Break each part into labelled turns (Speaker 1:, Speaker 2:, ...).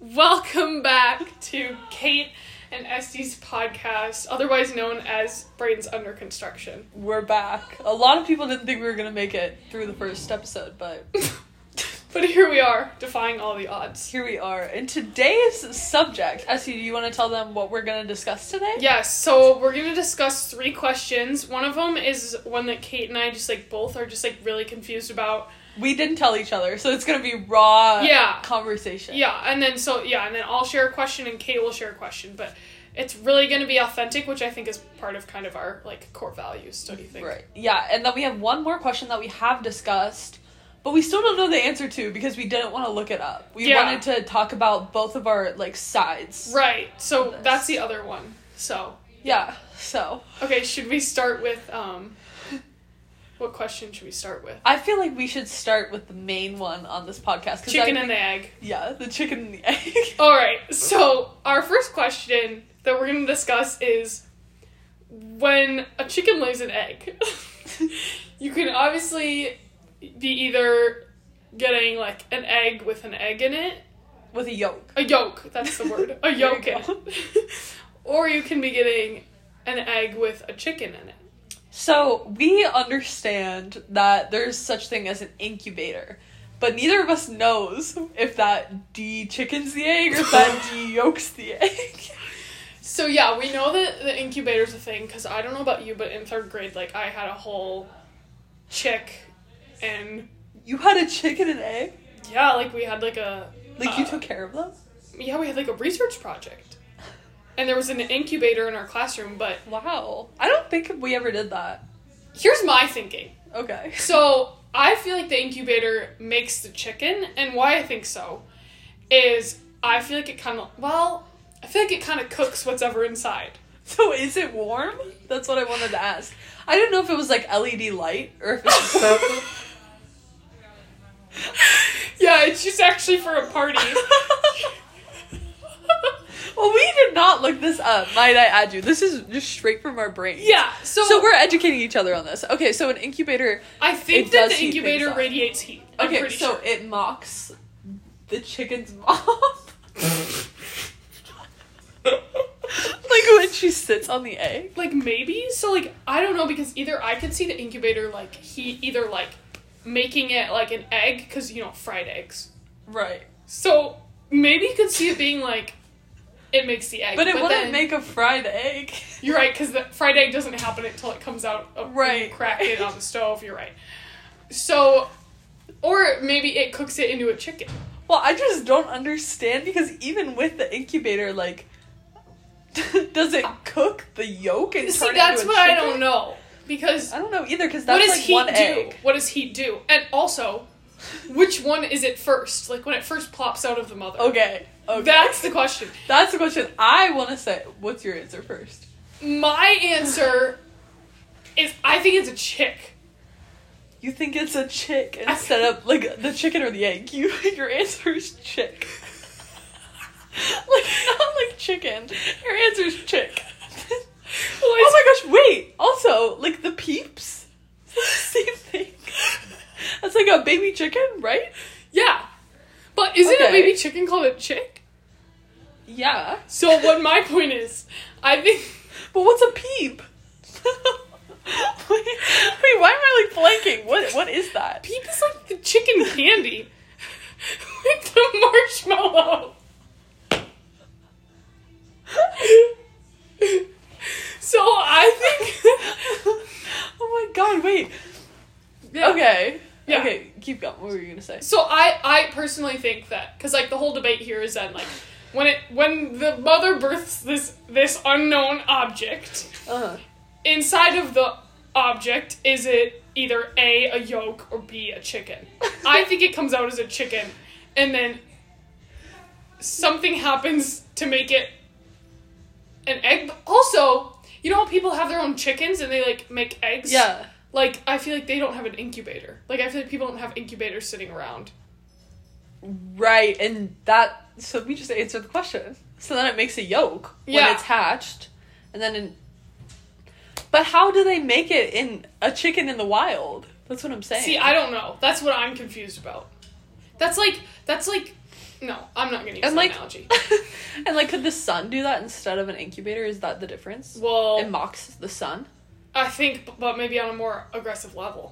Speaker 1: Welcome back to Kate and Esty's podcast, otherwise known as Brains Under Construction.
Speaker 2: We're back. A lot of people didn't think we were gonna make it through the first episode, but
Speaker 1: But here we are, defying all the odds.
Speaker 2: here we are. And today's subject, Essie, do you want to tell them what we're gonna discuss today?
Speaker 1: Yes, so we're going to discuss three questions. One of them is one that Kate and I just like both are just like really confused about.
Speaker 2: We didn't tell each other, so it's gonna be raw
Speaker 1: Yeah.
Speaker 2: conversation.
Speaker 1: Yeah, and then so yeah, and then I'll share a question and Kate will share a question, but it's really going to be authentic, which I think is part of kind of our like core values, don't you think?
Speaker 2: Right. Yeah, and then we have one more question that we have discussed, but we still don't know the answer to because we didn't want to look it up. We
Speaker 1: Yeah.
Speaker 2: wanted to talk about both of our like sides.
Speaker 1: Right. So
Speaker 2: This.
Speaker 1: that's the other one. So,
Speaker 2: Yeah. So
Speaker 1: Okay, should we start with um what question should we start with?
Speaker 2: I feel like we should start with the main one on this podcast. 'cause I
Speaker 1: Chicken
Speaker 2: think-
Speaker 1: and the egg.
Speaker 2: Yeah, the chicken and the egg.
Speaker 1: All right. So, our first question that we're going to discuss is when a chicken lays an egg. you can obviously be either getting like an egg with an egg in it,
Speaker 2: with a yolk.
Speaker 1: a yolk, that's the word. A
Speaker 2: There you
Speaker 1: yolk in
Speaker 2: go.
Speaker 1: it. or you can be getting an egg with a chicken in it.
Speaker 2: So we understand that there's such thing as an incubator, but neither of us knows if that D chickens the egg or if that D yolks the egg.
Speaker 1: So yeah, we know that the incubator's a thing because I don't know about you, but in third grade, like I had a whole chick, and
Speaker 2: You had a chicken and egg?
Speaker 1: yeah, like we had like a
Speaker 2: Like you
Speaker 1: uh,
Speaker 2: took care of them?
Speaker 1: yeah we had like a research project, and there was an incubator in our classroom. But
Speaker 2: Wow. I don't think we ever did that.
Speaker 1: here's my thinking.
Speaker 2: Okay.
Speaker 1: So I feel like the incubator makes the chicken, and why I think so is I feel like it kind of well, I feel like it kind of cooks what's ever inside.
Speaker 2: So is it warm? That's what I wanted to ask. I didn't know if it was like LED light or if it's
Speaker 1: yeah, it's just actually for a party.
Speaker 2: Well, we did not look this up, might I add you. This is just straight from our brain.
Speaker 1: Yeah, so,
Speaker 2: So we're educating each other on this. Okay, so an incubator.
Speaker 1: I think
Speaker 2: it
Speaker 1: that
Speaker 2: does
Speaker 1: the
Speaker 2: heat
Speaker 1: incubator
Speaker 2: things up.
Speaker 1: radiates heat. I'm
Speaker 2: Okay,
Speaker 1: pretty
Speaker 2: so
Speaker 1: sure.
Speaker 2: it mocks the chicken's mom. like when she sits on the egg.
Speaker 1: like maybe so like I don't know because either I could see the incubator like heat either like making it like an egg cuz you know fried eggs.
Speaker 2: Right.
Speaker 1: So maybe you could see it being like it makes the egg.
Speaker 2: But it wouldn't
Speaker 1: then-
Speaker 2: make a fried egg.
Speaker 1: You're right cuz the fried egg doesn't happen until it comes out of
Speaker 2: Right,
Speaker 1: cracked it on the stove, you're right. So or maybe it cooks it into a chicken.
Speaker 2: Well, I just don't understand because even with the incubator, like, does it cook the yolk and
Speaker 1: See,
Speaker 2: turn
Speaker 1: that's
Speaker 2: it into
Speaker 1: what
Speaker 2: a
Speaker 1: I
Speaker 2: chicken?
Speaker 1: don't know because
Speaker 2: I don't know either because
Speaker 1: What
Speaker 2: that's
Speaker 1: does
Speaker 2: like
Speaker 1: he
Speaker 2: one
Speaker 1: do?
Speaker 2: egg.
Speaker 1: What does he do? And also, which one is it first? Like when it first plops out of the mother.
Speaker 2: Okay. Okay.
Speaker 1: That's the question.
Speaker 2: That's the question I want to say. What's your answer first?
Speaker 1: My answer is I think it's a chick.
Speaker 2: You think it's a chick
Speaker 1: I-
Speaker 2: instead of like the chicken or the egg? You your answer is chick. like not like chicken. Your answer is chick. oh my gosh! Wait. Also, like the peeps, same thing. That's like a baby chicken, right?
Speaker 1: Yeah. But isn't a
Speaker 2: Okay.
Speaker 1: baby chicken called a chick?
Speaker 2: Yeah.
Speaker 1: So what my point is, I think
Speaker 2: But what's a peep? wait, wait, why am I like blanking? What what is that?
Speaker 1: peep is like the chicken candy with the marshmallow. So I think
Speaker 2: oh my god, wait.
Speaker 1: Yeah.
Speaker 2: Okay.
Speaker 1: Yeah.
Speaker 2: Okay, keep going. What were you gonna say?
Speaker 1: So I I personally think that because like the whole debate here is that like when it when the mother births this this unknown object
Speaker 2: Uh-huh.
Speaker 1: inside of the object is it either a a yolk or b a chicken. I think it comes out as a chicken, and then something happens to make it an egg. But Also, you know how people have their own chickens and they like make eggs.
Speaker 2: Yeah.
Speaker 1: Like I feel like they don't have an incubator. Like I feel like people don't have incubators sitting around.
Speaker 2: Right, and that so we just answered the question. So then it makes a yolk
Speaker 1: Yeah.
Speaker 2: when it's hatched. And then in But how do they make it in a chicken in the wild? That's what I'm saying.
Speaker 1: See, I don't know. That's what I'm confused about. That's like that's like No, I'm not gonna use
Speaker 2: And
Speaker 1: that
Speaker 2: like,
Speaker 1: analogy.
Speaker 2: and like, could the sun do that instead of an incubator? Is that the difference?
Speaker 1: Well,
Speaker 2: it mocks the sun,
Speaker 1: I think, b- but maybe on a more aggressive level.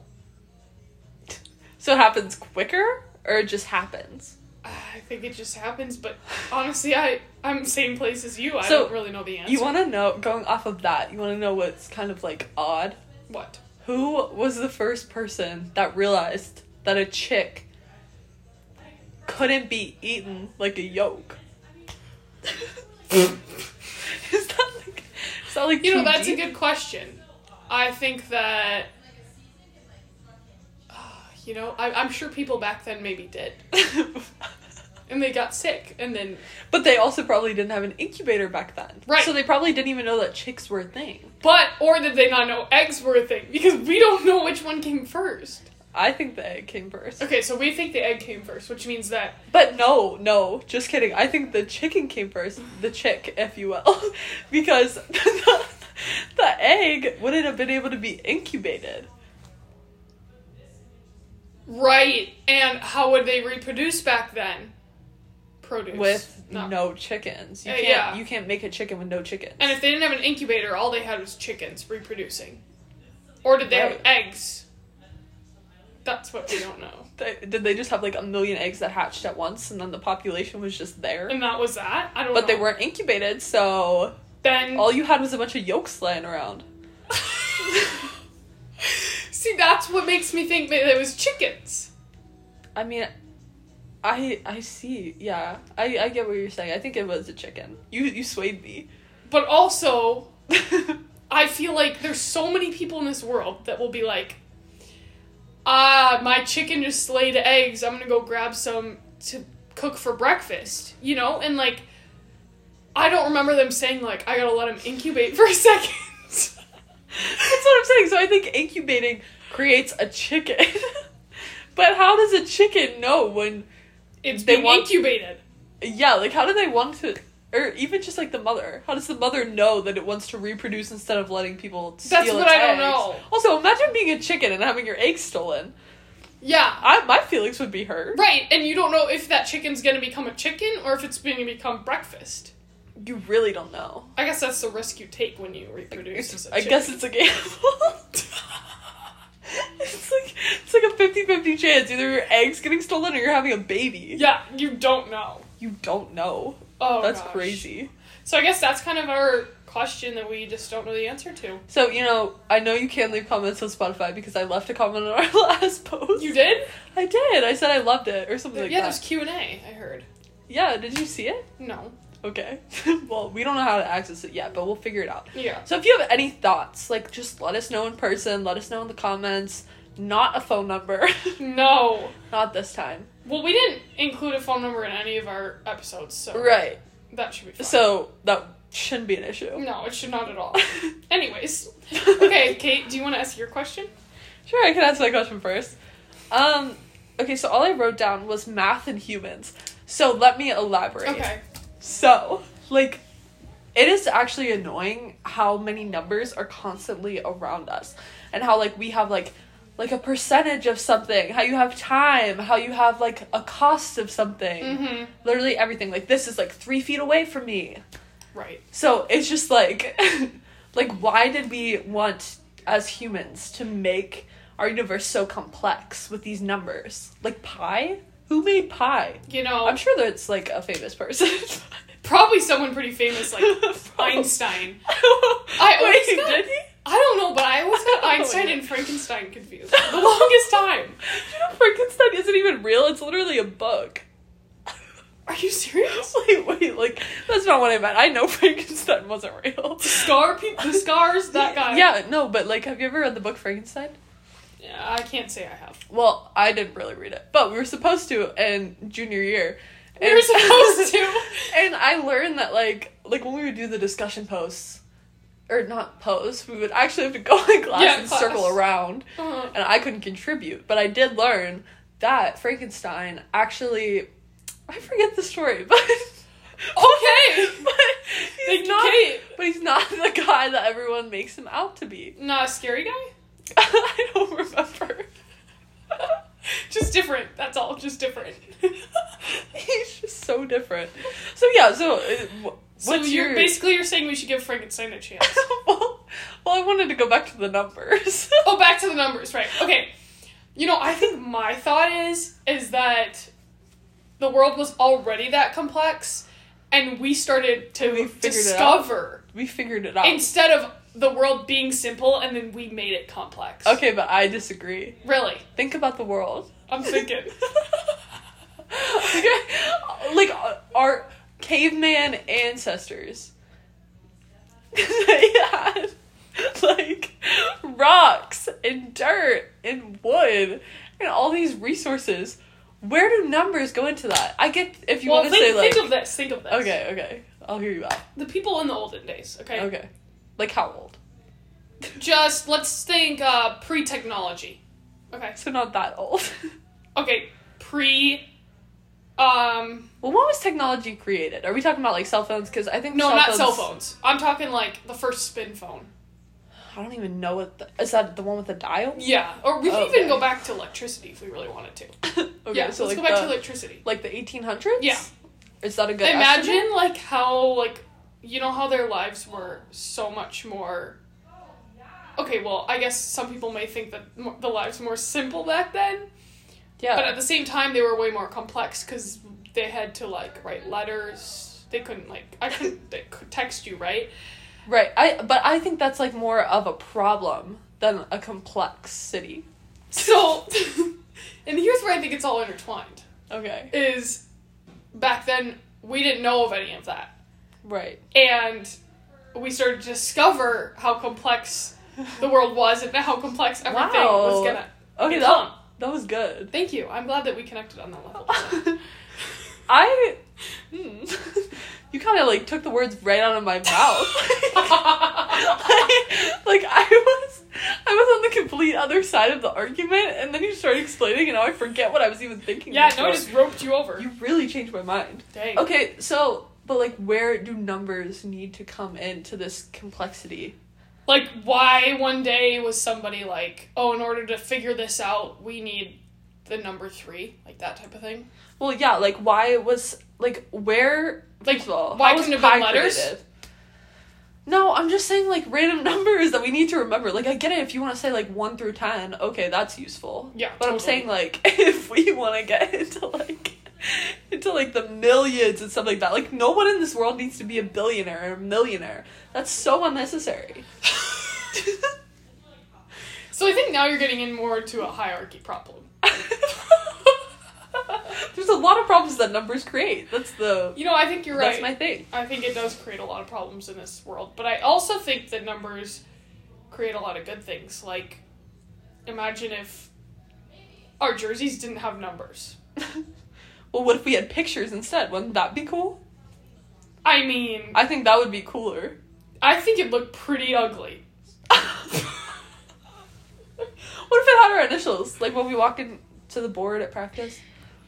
Speaker 2: so it happens quicker, or it just happens.
Speaker 1: I think it just happens, but honestly, I I'm same place as you. I
Speaker 2: So,
Speaker 1: don't really know the answer.
Speaker 2: You want to know? Going off of that, you want to know what's kind of like odd.
Speaker 1: what?
Speaker 2: Who was the first person that realized that a chick couldn't be eaten like a yolk? is that like? Is that like?
Speaker 1: You know,
Speaker 2: too
Speaker 1: that's a
Speaker 2: deep?
Speaker 1: good question. I think that. Ah, You know, I, I'm sure people back then maybe did, and they got sick, and then
Speaker 2: but they also probably didn't have an incubator back then.
Speaker 1: Right.
Speaker 2: So they probably didn't even know that chicks were a thing.
Speaker 1: but or did they not know eggs were a thing? Because we don't know which one came first.
Speaker 2: I think the egg came first.
Speaker 1: Okay, so we think the egg came first, which means that
Speaker 2: But no, no, just kidding. I think the chicken came first. The chick, if you will. because the, the egg wouldn't have been able to be incubated.
Speaker 1: right. And how would they reproduce back then? Produce
Speaker 2: with
Speaker 1: not-
Speaker 2: no chickens. You
Speaker 1: Uh,
Speaker 2: can't
Speaker 1: yeah.
Speaker 2: you can't make a chicken with no chickens.
Speaker 1: And if they didn't have an incubator, all they had was chickens reproducing. Or did they have
Speaker 2: Right.
Speaker 1: eggs? That's what we don't know.
Speaker 2: They- did they just have like a million eggs that hatched at once and then the population was just there?
Speaker 1: And that was that? I don't know.
Speaker 2: But they weren't incubated, so
Speaker 1: Then.
Speaker 2: all you had was a bunch of yolks laying around.
Speaker 1: See, that's what makes me think that it was chickens.
Speaker 2: I mean I I see, yeah. I, I get what you're saying. I think it was a chicken. You you swayed me.
Speaker 1: But also,
Speaker 2: yeah,
Speaker 1: I feel like there's so many people in this world that will be like, ah, my chicken just laid eggs. I'm gonna go grab some to cook for breakfast, you know? And like, I don't remember them saying, like, I gotta let them incubate for a second.
Speaker 2: That's what I'm saying. So I think incubating creates a chicken. but how does a chicken know when
Speaker 1: it's
Speaker 2: They
Speaker 1: being
Speaker 2: want-
Speaker 1: incubated.
Speaker 2: Yeah, like how do they want to or even just like the mother. How does the mother know that it wants to reproduce instead of letting people steal
Speaker 1: That's what
Speaker 2: its
Speaker 1: I don't
Speaker 2: eggs?
Speaker 1: know.
Speaker 2: Also, imagine being a chicken and having your eggs stolen.
Speaker 1: Yeah.
Speaker 2: I my feelings would be hurt.
Speaker 1: Right, and you don't know if that chicken's gonna become a chicken or if it's gonna become breakfast.
Speaker 2: You really don't know.
Speaker 1: I guess that's the risk you take when you reproduce.
Speaker 2: It's-
Speaker 1: as a
Speaker 2: I
Speaker 1: chicken.
Speaker 2: guess it's a gamble. it's like it's like a 50-50 chance either your eggs getting stolen or you're having a baby.
Speaker 1: Yeah, you don't know.
Speaker 2: You don't know.
Speaker 1: Oh,
Speaker 2: That's
Speaker 1: gosh.
Speaker 2: crazy.
Speaker 1: So I guess that's kind of our question that we just don't know the answer to.
Speaker 2: So, you know, I know you can leave comments on Spotify because I left a comment on our last post.
Speaker 1: You did?
Speaker 2: I did. I said I loved it or something like
Speaker 1: yeah,
Speaker 2: that.
Speaker 1: there's Q and A. I heard.
Speaker 2: Yeah, did you see it?
Speaker 1: No.
Speaker 2: Okay. well, we don't know how to access it yet, but we'll figure it out.
Speaker 1: Yeah.
Speaker 2: So if you have any thoughts, like just let us know in person, let us know in the comments. Not a phone number.
Speaker 1: No.
Speaker 2: Not this time.
Speaker 1: Well, we didn't include a phone number in any of our episodes, so
Speaker 2: Right.
Speaker 1: that should be fine.
Speaker 2: So that shouldn't be an issue.
Speaker 1: no, it should not at all. Anyways, okay, Kate, do you want to ask your question?
Speaker 2: Sure, I can answer that question first. Um okay, so all I wrote down was math and humans. So let me elaborate.
Speaker 1: Okay.
Speaker 2: So, like, it is actually annoying how many numbers are constantly around us, and how like we have like like a percentage of something, how you have time, how you have like a cost of something,
Speaker 1: Mhm.
Speaker 2: literally everything. Like this is like three feet away from me,
Speaker 1: Right.
Speaker 2: so it's just like, like why did we want as humans to make our universe so complex with these numbers? Like pi, who made pi?
Speaker 1: You know,
Speaker 2: I'm sure that's like a famous person.
Speaker 1: probably someone pretty famous like Einstein. I always
Speaker 2: Wait,
Speaker 1: got-
Speaker 2: did he?
Speaker 1: I don't know, but I always got
Speaker 2: Oh,
Speaker 1: Einstein
Speaker 2: yeah.
Speaker 1: and Frankenstein confused for the longest time.
Speaker 2: You know, Frankenstein isn't even real. It's literally a book.
Speaker 1: Are you serious?
Speaker 2: wait, wait, like that's not what I meant. I know Frankenstein wasn't real.
Speaker 1: Scar, pe- the scars, that guy.
Speaker 2: Yeah, no, but like, have you ever read the book Frankenstein?
Speaker 1: Yeah, I can't say I have.
Speaker 2: Well, I didn't really read it, but we were supposed to in junior year.
Speaker 1: We were supposed to.
Speaker 2: And I learned that like like when we would do the discussion posts, or not posts, we would actually have to go in class
Speaker 1: Yeah,
Speaker 2: and
Speaker 1: class.
Speaker 2: circle around.
Speaker 1: Uh,
Speaker 2: and I couldn't contribute. But I did learn that Frankenstein actually I forget the story, but
Speaker 1: Okay.
Speaker 2: but
Speaker 1: Thank you,
Speaker 2: he's not
Speaker 1: Kate.
Speaker 2: but he's not the guy that everyone makes him out to be.
Speaker 1: Not a scary guy?
Speaker 2: I don't remember.
Speaker 1: just different. That's all. Just different.
Speaker 2: He's just so different. So yeah, so uh, wh- what's
Speaker 1: so you're
Speaker 2: your
Speaker 1: basically you're saying we should give Frankenstein a chance.
Speaker 2: well, well, I wanted to go back to the numbers.
Speaker 1: oh, back to the numbers, right? Okay. You know, I think my thought is is that the world was already that complex, and we started to
Speaker 2: And we figured it out.
Speaker 1: discover
Speaker 2: we figured it out.
Speaker 1: instead of the world being simple, and then we made it complex.
Speaker 2: okay, but I disagree.
Speaker 1: Really,
Speaker 2: Think about the world.
Speaker 1: I'm thinking.
Speaker 2: okay, like uh, our caveman ancestors. they had like rocks and dirt and wood and all these resources. Where do numbers go into that? I get if you
Speaker 1: well,
Speaker 2: want
Speaker 1: think,
Speaker 2: to say like
Speaker 1: think of this. Think of this.
Speaker 2: okay, okay, I'll hear you out.
Speaker 1: The people in the olden days. Okay.
Speaker 2: Okay, like how old?
Speaker 1: Just let's think uh, pre-technology. Okay.
Speaker 2: So not that old.
Speaker 1: Okay. Pre. Um.
Speaker 2: well, when was technology created? Are we talking about like cell phones? Because I think
Speaker 1: No,
Speaker 2: cell
Speaker 1: not
Speaker 2: phones,
Speaker 1: cell phones. I'm talking like the first spin phone.
Speaker 2: I don't even know what the, is that the one with the dial?
Speaker 1: Yeah, or we can
Speaker 2: Oh, Okay.
Speaker 1: even go back to electricity if we really wanted to.
Speaker 2: Okay,
Speaker 1: yeah,
Speaker 2: so
Speaker 1: let's
Speaker 2: like
Speaker 1: go back
Speaker 2: the-
Speaker 1: to electricity.
Speaker 2: like the eighteen hundreds.
Speaker 1: Yeah.
Speaker 2: is that a good
Speaker 1: Imagine
Speaker 2: estimate?
Speaker 1: like how like you know how their lives were so much more. Okay, well, I guess some people may think that mo- the lives were more simple back then,
Speaker 2: Yeah,
Speaker 1: but at the same time they were way more complex because they had to like write letters. They couldn't like I couldn't they could text you right.
Speaker 2: right. I but I think that's like more of a problem than a complex city.
Speaker 1: So, and here's where I think it's all intertwined.
Speaker 2: Okay,
Speaker 1: is back then we didn't know of any of that.
Speaker 2: right.
Speaker 1: And we started to discover how complex the world was and how complex everything was
Speaker 2: Wow.
Speaker 1: gonna
Speaker 2: Okay, that,
Speaker 1: become.
Speaker 2: that was good.
Speaker 1: Thank you. I'm glad that we connected on that level.
Speaker 2: I
Speaker 1: Hmm.
Speaker 2: you kind of like took the words right out of my mouth. like I was I was on the complete other side of the argument and then you started explaining and now I forget what I was even thinking.
Speaker 1: yeah, no,
Speaker 2: before.
Speaker 1: I just roped you over.
Speaker 2: you really changed my mind.
Speaker 1: Dang.
Speaker 2: Okay, so but like where do numbers need to come into this complexity?
Speaker 1: Like, why one day was somebody like, oh, in order to figure this out, we need the number three, like that type of thing?
Speaker 2: Well, yeah, like why was like where
Speaker 1: Like,
Speaker 2: first of all,
Speaker 1: why
Speaker 2: how was
Speaker 1: couldn't it have been
Speaker 2: pi
Speaker 1: letters?
Speaker 2: created? No, I'm just saying like random numbers that we need to remember. Like I get it if you want to say like 1 through 10, okay, that's useful.
Speaker 1: Yeah,
Speaker 2: But I'm
Speaker 1: totally.
Speaker 2: saying like if we want to get into like into like the millions and stuff like that. Like no one in this world needs to be a billionaire or a millionaire. That's so unnecessary.
Speaker 1: So I think now you're getting in more to a hierarchy problem.
Speaker 2: There's a lot of problems that numbers create. That's the
Speaker 1: You know, I think you're right.
Speaker 2: that's my thing.
Speaker 1: I think it does create a lot of problems in this world, but I also think that numbers create a lot of good things. Like, imagine if our jerseys didn't have numbers.
Speaker 2: Well, what if we had pictures instead? Wouldn't that be cool?
Speaker 1: I mean, I,
Speaker 2: I think that would be cooler.
Speaker 1: think it looked pretty ugly.
Speaker 2: what if it had our initials? Like when we walk in to the board at practice,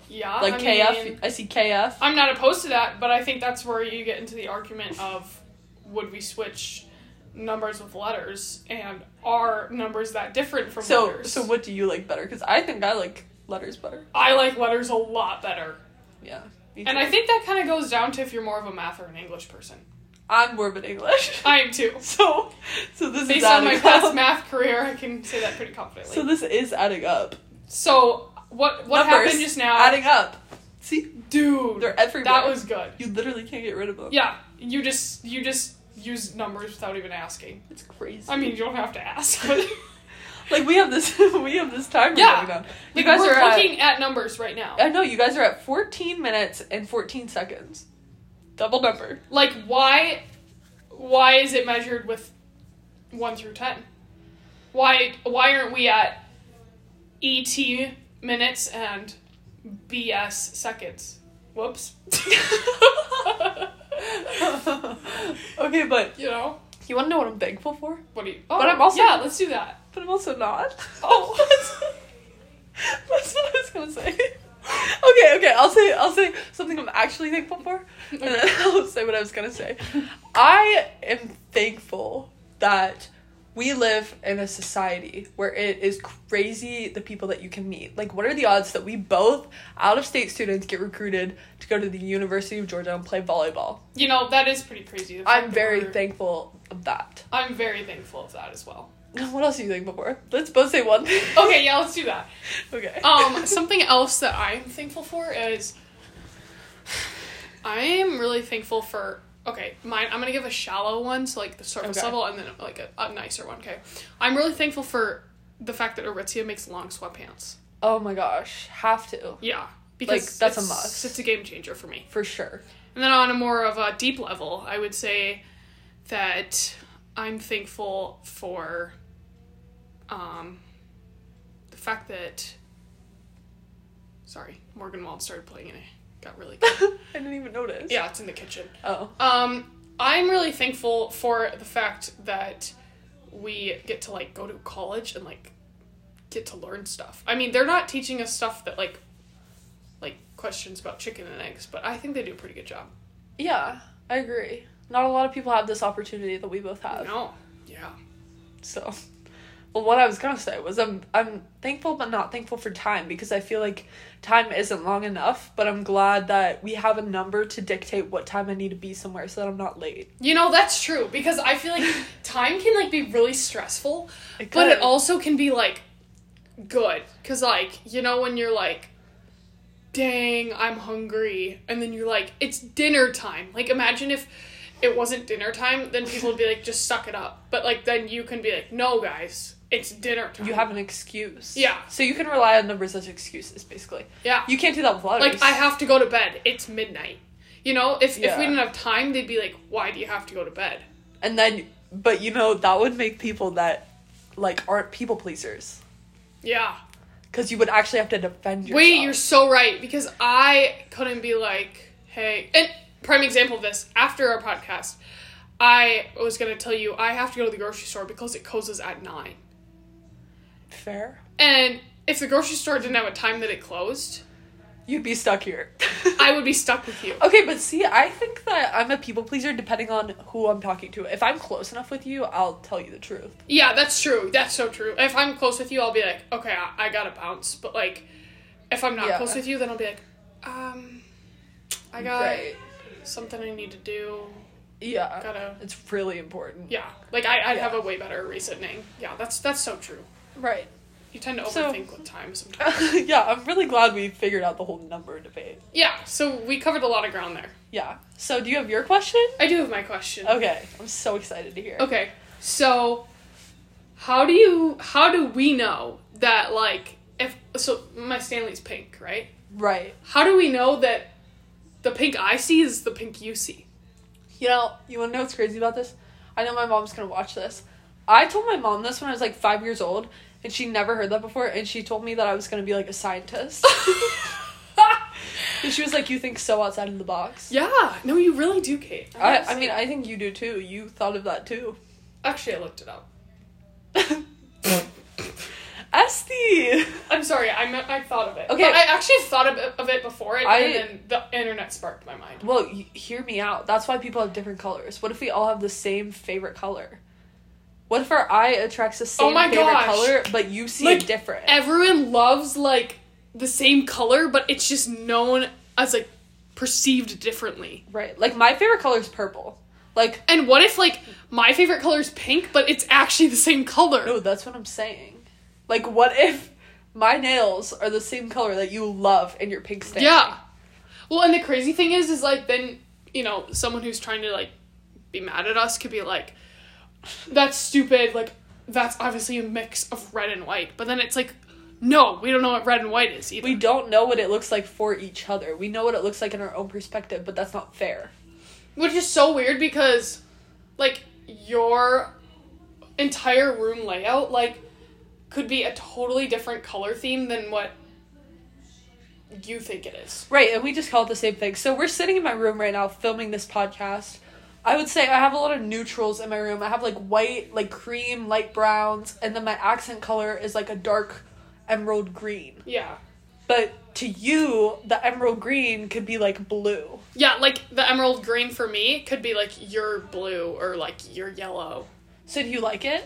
Speaker 1: Yeah,
Speaker 2: like
Speaker 1: Uh, I
Speaker 2: KF.
Speaker 1: mean,
Speaker 2: I see KF.
Speaker 1: I'm not opposed to that, but I think that's where you get into the argument of would we switch numbers with letters, and are numbers that different from
Speaker 2: So
Speaker 1: letters?
Speaker 2: so what do you like better? Because I think I like letters better.
Speaker 1: I like letters a lot better,
Speaker 2: Yeah. me
Speaker 1: and
Speaker 2: too.
Speaker 1: I think that kind of goes down to if you're more of a math or an English person.
Speaker 2: I'm more of an English.
Speaker 1: I am too.
Speaker 2: so so this is
Speaker 1: Based on
Speaker 2: adding
Speaker 1: my
Speaker 2: up.
Speaker 1: past math career, I can say that pretty confidently.
Speaker 2: So
Speaker 1: So,
Speaker 2: this is adding up.
Speaker 1: what what
Speaker 2: Numbers
Speaker 1: happened just now,
Speaker 2: Adding up. See,
Speaker 1: dude?
Speaker 2: they're everywhere.
Speaker 1: That was good.
Speaker 2: You literally can't get rid of them.
Speaker 1: Yeah, you just you just used numbers without even asking.
Speaker 2: it's crazy.
Speaker 1: I mean, you don't have to ask. But
Speaker 2: like we have this, we have this timer
Speaker 1: Yeah.
Speaker 2: going on. You
Speaker 1: like,
Speaker 2: guys
Speaker 1: we're
Speaker 2: are uh, at-
Speaker 1: looking at numbers right now.
Speaker 2: I know you guys are at 14 minutes and 14 seconds. Double number.
Speaker 1: Like why why is it measured with one through ten? Why why aren't we at ET minutes and BS seconds? Whoops.
Speaker 2: okay, but
Speaker 1: you know?
Speaker 2: you want to know what I'm thankful for?
Speaker 1: What do you oh,
Speaker 2: But I'm also-
Speaker 1: Yeah, let's do that.
Speaker 2: But I'm also not.
Speaker 1: Oh.
Speaker 2: that's, that's what I was gonna say. Okay, okay, I'll say I'll say something I'm actually thankful for, and then I'll say what I was gonna say. I am thankful that we live in a society where it is crazy the people that you can meet. Like, what are the odds that we both, out of state students, get recruited to go to the University of Georgia and play volleyball?
Speaker 1: You know, that is pretty crazy. the fact
Speaker 2: I'm
Speaker 1: that
Speaker 2: very
Speaker 1: we're-
Speaker 2: thankful of that.
Speaker 1: I'm very thankful of that as well.
Speaker 2: What else do you think before? Let's both say one thing.
Speaker 1: Okay, yeah, let's do that.
Speaker 2: Okay.
Speaker 1: Um, something else that I'm thankful for is I am really thankful for okay, mine I'm gonna give a shallow one, so like the surface
Speaker 2: Okay.
Speaker 1: level and then like a, a nicer one, okay. I'm really thankful for the fact that Aritzia makes long sweatpants.
Speaker 2: oh my gosh, have to
Speaker 1: Yeah. Because
Speaker 2: Like, that's a
Speaker 1: it's-
Speaker 2: must.
Speaker 1: It's a game changer for me.
Speaker 2: for sure.
Speaker 1: And then on a more of a deep level, I would say that I'm thankful for um, the fact that. Sorry, Morgan Wald started playing and it got really.
Speaker 2: I didn't even notice.
Speaker 1: yeah, it's in the kitchen.
Speaker 2: Oh.
Speaker 1: Um, I'm really thankful for the fact that we get to like go to college and like get to learn stuff. I mean, they're not teaching us stuff that like like questions about chicken and eggs, but I think they do a pretty good job.
Speaker 2: Yeah, I agree. Not a lot of people have this opportunity that we both have.
Speaker 1: No. Yeah.
Speaker 2: So, well, what I was gonna say was I'm I'm thankful but not thankful for time because I feel like time isn't long enough. But I'm glad that we have a number to dictate what time I need to be somewhere so that I'm not late.
Speaker 1: You know, that's true because I feel like time can like be really stressful,
Speaker 2: It
Speaker 1: but it
Speaker 2: could.
Speaker 1: also can be like good cuz like, you know when you're like dang, I'm hungry and then you're like it's dinner time. Like imagine if it wasn't dinner time, then people would be like just suck it up. But like then you can be like no guys, it's dinner time.
Speaker 2: You have an excuse.
Speaker 1: Yeah.
Speaker 2: So you can rely on numbers as excuses, basically.
Speaker 1: Yeah.
Speaker 2: You can't do that with letters.
Speaker 1: like I have to go to bed. It's midnight. You know, if if
Speaker 2: Yeah.
Speaker 1: we didn't have time, they'd be like why do you have to go to bed?
Speaker 2: And then, but you know that would make people that like aren't people pleasers
Speaker 1: Yeah.
Speaker 2: because you would actually have to defend yourself.
Speaker 1: Wait, you're so right because I couldn't be like, hey. And prime example of this, after our podcast, I was going to tell you I have to go to the grocery store because it closes at 9.
Speaker 2: fair.
Speaker 1: And if the grocery store didn't have a time that it closed,
Speaker 2: You'd be stuck here.
Speaker 1: I would be stuck with you.
Speaker 2: Okay, but see, I think that I'm a people pleaser depending on who I'm talking to. If I'm close enough with you, I'll tell you the truth.
Speaker 1: Yeah, that's true. That's so true. If I'm close with you, I'll be like, okay, I, I got to bounce. But like, if I'm not
Speaker 2: Yeah.
Speaker 1: close with you, then I'll be like, um, I got something I need to do.
Speaker 2: Yeah.
Speaker 1: Gotta-
Speaker 2: It's really important.
Speaker 1: Yeah, like I, I'd
Speaker 2: Yeah.
Speaker 1: have a way better reasoning. Yeah, that's that's so true.
Speaker 2: Right.
Speaker 1: You tend to
Speaker 2: So-
Speaker 1: overthink with time sometimes.
Speaker 2: yeah, I'm really glad we figured out the whole number debate.
Speaker 1: Yeah, so we covered a lot of ground there.
Speaker 2: Yeah. So, do you have your question?
Speaker 1: I do have my question.
Speaker 2: Okay. I'm so excited to hear.
Speaker 1: Okay, so how do you how do we know that like if so my Stanley's pink, right?
Speaker 2: Right.
Speaker 1: How do we know that the pink I see is the pink you see?
Speaker 2: You know, you want to know what's crazy about this? I know my mom's going to watch this. I told my mom this when I was like five years old, and she never heard that before, and she told me that I was going to be like a scientist. and she was like, You think so outside of the box?
Speaker 1: yeah, no, you really do, Kate. gotta
Speaker 2: I, I
Speaker 1: say.
Speaker 2: mean, I think you do too. You thought of that too.
Speaker 1: actually I looked it up.
Speaker 2: Esty!
Speaker 1: I'm sorry, I meant I thought of it.
Speaker 2: Okay.
Speaker 1: But I actually thought of it, of it before, and,
Speaker 2: I-
Speaker 1: and then the internet sparked my mind.
Speaker 2: Well, y- hear me out. That's why people have different colors. What if we all have the same favorite color? What if our eye attracts the same
Speaker 1: Oh my
Speaker 2: favorite
Speaker 1: gosh.
Speaker 2: color, but you see
Speaker 1: Like,
Speaker 2: it different?
Speaker 1: everyone loves like the same color, but it's just known as like perceived differently.
Speaker 2: right. Like, my favorite color is purple. Like,
Speaker 1: And what if like my favorite color is pink, but it's actually the same color?
Speaker 2: no, that's what I'm saying. Like, what if my nails are the same color that you love in your pink stain?
Speaker 1: yeah. Well, and the crazy thing is, is like then you know someone who's trying to like be mad at us could be like, "That's stupid." Like that's obviously a mix of red and white, but then it's like, no, we don't know what red and white is either.
Speaker 2: We don't know what it looks like for each other. We know what it looks like in our own perspective, but that's not fair.
Speaker 1: Which is so weird because, like, your entire room layout, like, could be a totally different color theme than what you think it is.
Speaker 2: Right, and we just call it the same thing. So we're sitting in my room right now filming this podcast. I would say I have a lot of neutrals in my room. I have like white, like cream, light browns, and then my accent color is like a dark emerald green.
Speaker 1: Yeah.
Speaker 2: But to you, the emerald green could be like blue.
Speaker 1: Yeah, like, the emerald green for me could be, like, your blue or, like, your yellow.
Speaker 2: So do you like it?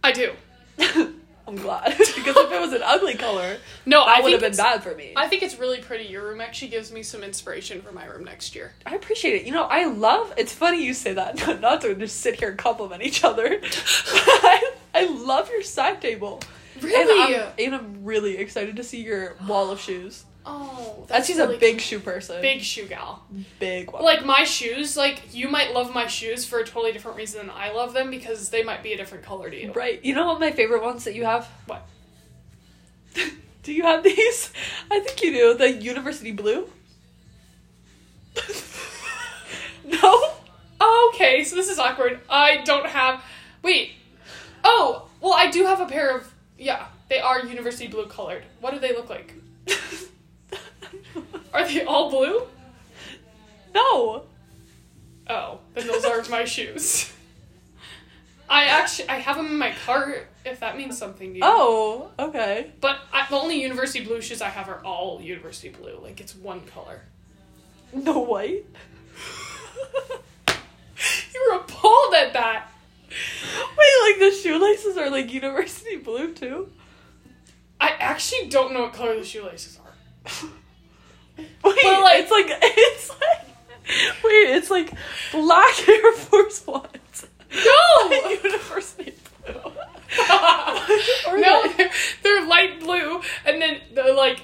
Speaker 1: I do.
Speaker 2: I'm glad because if it was an ugly color,
Speaker 1: No, I
Speaker 2: that would
Speaker 1: think
Speaker 2: have been
Speaker 1: it's-
Speaker 2: bad for me. I,
Speaker 1: I think it's really pretty. Your room actually gives me some inspiration for my room next year.
Speaker 2: appreciate it. You know, I love. It's funny you say that. Not, not to just sit here and compliment each other. I, I love your side table.
Speaker 1: Really?
Speaker 2: And I'm, and I'm really excited to see your wall of shoes.
Speaker 1: oh,
Speaker 2: That's
Speaker 1: that's
Speaker 2: she's
Speaker 1: really
Speaker 2: a big shoe person.
Speaker 1: big shoe gal.
Speaker 2: big one.
Speaker 1: Like my shoes, like you might love my shoes for a totally different reason than I love them because they might be a different color to you.
Speaker 2: right. You know what my favorite ones that you have?
Speaker 1: What?
Speaker 2: Do you have these? I think you do. The university blue. no.
Speaker 1: Okay, so this is awkward. I don't have. Wait. Oh, well, I do have a pair of. Yeah, they are university blue colored. What do they look like? Are they all blue?
Speaker 2: no.
Speaker 1: Oh, then those are my shoes. I actually I have them in my cart if that means something to you.
Speaker 2: Oh. Okay.
Speaker 1: But I, the only university blue shoes I have are all university blue. Like it's one color.
Speaker 2: No white.
Speaker 1: You were appalled at that.
Speaker 2: Wait, like the shoelaces are like university blue too.
Speaker 1: I actually don't know what color the shoelaces are.
Speaker 2: Wait,
Speaker 1: But, like-
Speaker 2: it's like it's like wait, it's like black Air Force Ones.
Speaker 1: No!
Speaker 2: University blue. Or
Speaker 1: no,
Speaker 2: like-
Speaker 1: they're, they're light blue, and then the like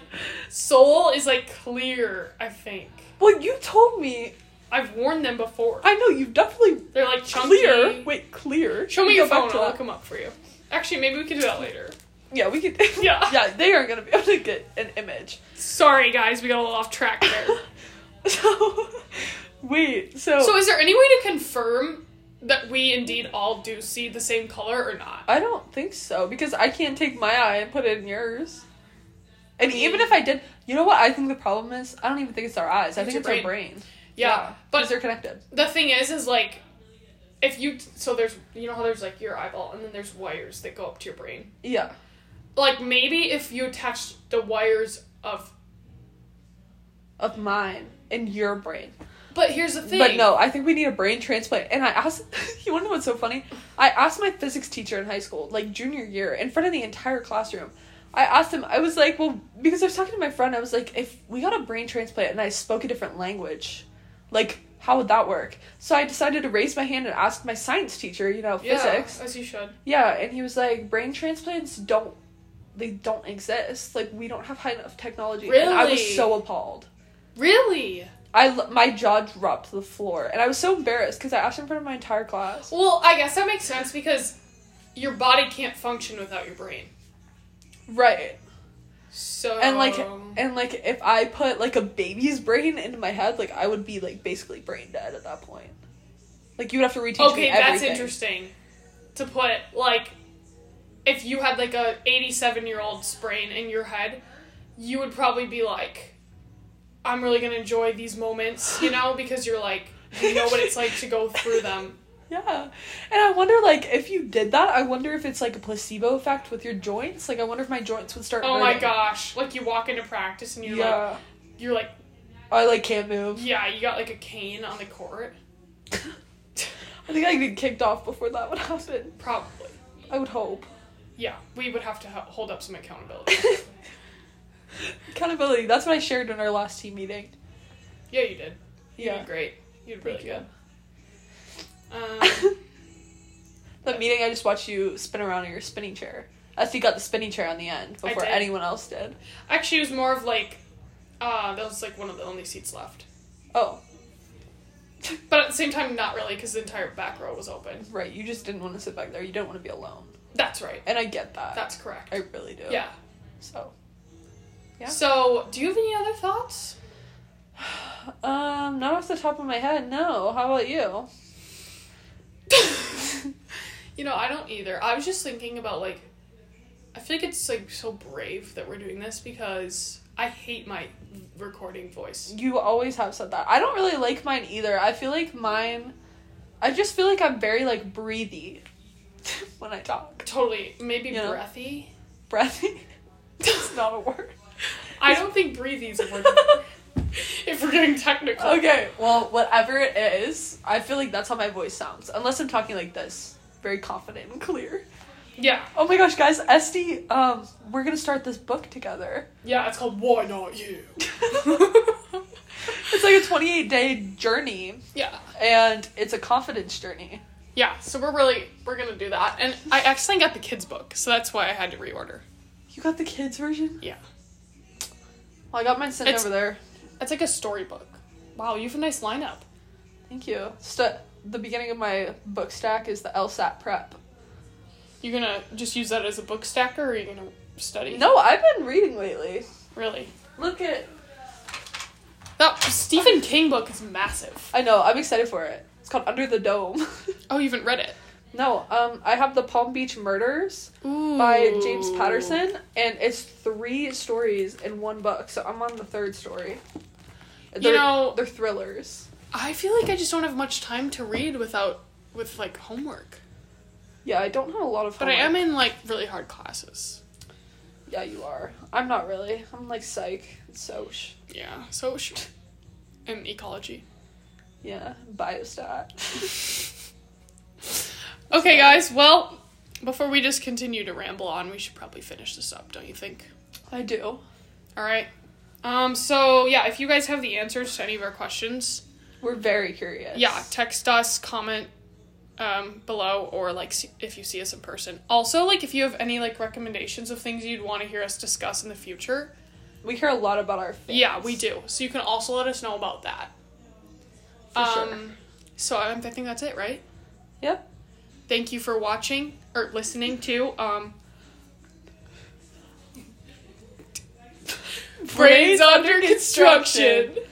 Speaker 1: sole is like clear. I think
Speaker 2: Well, you told me.
Speaker 1: I've worn them before.
Speaker 2: I know you've definitely
Speaker 1: They're like chunky.
Speaker 2: clear. Wait, clear.
Speaker 1: Show me
Speaker 2: We
Speaker 1: your
Speaker 2: go back
Speaker 1: phone.
Speaker 2: to
Speaker 1: I'll
Speaker 2: that.
Speaker 1: look them up for you. Actually, maybe we can do that later.
Speaker 2: Yeah, we could.
Speaker 1: Yeah.
Speaker 2: yeah, they are gonna be able to get an image.
Speaker 1: Sorry, guys, we got a little off track there.
Speaker 2: So, wait. So,
Speaker 1: so, is there any way to confirm that we indeed all do see the same color or not?
Speaker 2: I don't think so because I can't take my eye and put it in yours. And even if I did, you know what? I think the problem is I don't even think it's our eyes. I
Speaker 1: It's
Speaker 2: think
Speaker 1: your
Speaker 2: it's our
Speaker 1: brain.
Speaker 2: brain.
Speaker 1: Yeah,
Speaker 2: because
Speaker 1: but
Speaker 2: they're connected.
Speaker 1: the thing is, is like, if you so there's you know how there's like your eyeball and then there's wires that go up to your brain.
Speaker 2: Yeah.
Speaker 1: Like maybe if you attach the wires of,
Speaker 2: Of mine and your brain.
Speaker 1: but here's the thing.
Speaker 2: But no, I think we need a brain transplant. And I asked, you wanna know what's so funny? I asked my physics teacher in high school, like junior year, in front of the entire classroom. I asked him, I was like, well, because I was talking to my friend, I was like, if we got a brain transplant and I spoke a different language, like, how would that work? So I decided to raise my hand and ask my science teacher, you know,
Speaker 1: yeah,
Speaker 2: physics.
Speaker 1: as you should.
Speaker 2: Yeah, and he was like, brain transplants don't, they don't exist. Like, we don't have high enough technology. And I
Speaker 1: Really?
Speaker 2: was so appalled.
Speaker 1: Really?
Speaker 2: I l- my jaw dropped to the floor, and I was so embarrassed because I asked in front of my entire class.
Speaker 1: Well, I guess that makes sense because your body can't function without your brain.
Speaker 2: Right,
Speaker 1: So
Speaker 2: and like,
Speaker 1: Um.
Speaker 2: and like, if I put like a baby's brain into my head, like I would be like basically brain dead at that point. Like you would have to reteach me
Speaker 1: okay, that's
Speaker 2: everything.
Speaker 1: interesting. To put like, if you had like a eighty-seven year old sprain in your head, you would probably be like, "I'm really gonna enjoy these moments," you know, because you're like, you know what it's like to go through them.
Speaker 2: Yeah, and I wonder like if you did that, I wonder if it's like a placebo effect with your joints. Like I wonder if my joints would start.
Speaker 1: Oh my
Speaker 2: hurting.
Speaker 1: gosh! Like you walk into practice and you're like,
Speaker 2: Yeah,
Speaker 1: you're like,
Speaker 2: I like can't move.
Speaker 1: yeah, you got like a cane on the court,
Speaker 2: I think I'd get kicked off before that would happen.
Speaker 1: probably.
Speaker 2: I would hope.
Speaker 1: Yeah, we would have to ho- hold up some accountability.
Speaker 2: Accountability. That's what I shared in our last team meeting.
Speaker 1: yeah, you did. You
Speaker 2: Yeah.
Speaker 1: did great. You did really
Speaker 2: Thank
Speaker 1: good. Um,
Speaker 2: the meeting, I just watched you spin around in your spinning chair. As you got the spinning chair on the end
Speaker 1: I
Speaker 2: before
Speaker 1: did.
Speaker 2: anyone else did.
Speaker 1: Actually, it was more of like, uh, that was like one of the only seats left.
Speaker 2: Oh,
Speaker 1: But at the same time, not really, because the entire back row was open.
Speaker 2: right. You just didn't want to sit back there. You didn't want to be alone.
Speaker 1: That's right.
Speaker 2: And I get that.
Speaker 1: That's correct.
Speaker 2: I really do.
Speaker 1: yeah.
Speaker 2: So, Yeah.
Speaker 1: So, do you have any other thoughts?
Speaker 2: um, not off the top of my head, no. How about you?
Speaker 1: You know, I don't either. I was just thinking about like, I feel like it's like so brave that we're doing this because I hate my recording voice.
Speaker 2: You always have said that. I don't really like mine either. I feel like mine. I just feel like I'm very like breathy when I talk.
Speaker 1: Totally, maybe
Speaker 2: Yeah.
Speaker 1: breathy.
Speaker 2: Breathy. That's not a word.
Speaker 1: I don't think breathy is a word if we're getting technical.
Speaker 2: Okay, well, whatever it is, I feel like that's how my voice sounds. Unless I'm talking like this, very confident and clear.
Speaker 1: Yeah,
Speaker 2: Oh my gosh, guys, Esty, um, we're gonna start this book together.
Speaker 1: yeah, it's called Why Not You.
Speaker 2: It's like a 28 day journey,
Speaker 1: yeah,
Speaker 2: and it's a confidence journey.
Speaker 1: yeah. So we're really we're gonna do that, and I actually got the kids book, so that's why I had to reorder.
Speaker 2: You got the kids version?
Speaker 1: Yeah,
Speaker 2: Well, I got mine sent
Speaker 1: It's-
Speaker 2: over there.
Speaker 1: it's like a storybook. Wow, you have a nice lineup.
Speaker 2: Thank you. St- the beginning of my book stack is the LSAT prep.
Speaker 1: You gonna just use that as a book stacker, or are you gonna study?
Speaker 2: No, I've been reading lately.
Speaker 1: really.
Speaker 2: Look at.
Speaker 1: That Stephen King book is massive.
Speaker 2: I know, I'm excited for it. It's called Under the Dome.
Speaker 1: Oh, you haven't read it?
Speaker 2: no, um, I have The Palm Beach Murders
Speaker 1: Ooh.
Speaker 2: by James Patterson, and it's three stories in one book, so I'm on the third story. They're,
Speaker 1: know-
Speaker 2: they're thrillers.
Speaker 1: I feel like I just don't have much time to read without with like homework.
Speaker 2: Yeah, I don't have a lot of.
Speaker 1: But I am
Speaker 2: homework.
Speaker 1: in like really hard classes.
Speaker 2: Yeah, you are. I'm not really. I'm like psych and soch.
Speaker 1: Yeah. So shoot. And ecology.
Speaker 2: Yeah, biostat.
Speaker 1: Okay, guys. Well, before we just continue to ramble on, we should probably finish this up, don't you think?
Speaker 2: I do.
Speaker 1: All right. Um. So yeah, if you guys have the answers to any of our questions,
Speaker 2: We're very curious.
Speaker 1: yeah, text us, comment um, below, or like see- if you see us in person. Also, like if you have any like recommendations of things you'd want to hear us discuss in the future,
Speaker 2: we care a lot about our fans.
Speaker 1: yeah, we do. So you can also let us know about that. Um,
Speaker 2: For sure.
Speaker 1: So I, I think that's it, right?
Speaker 2: Yep.
Speaker 1: Thank you for watching or listening to um, Brains Under Construction.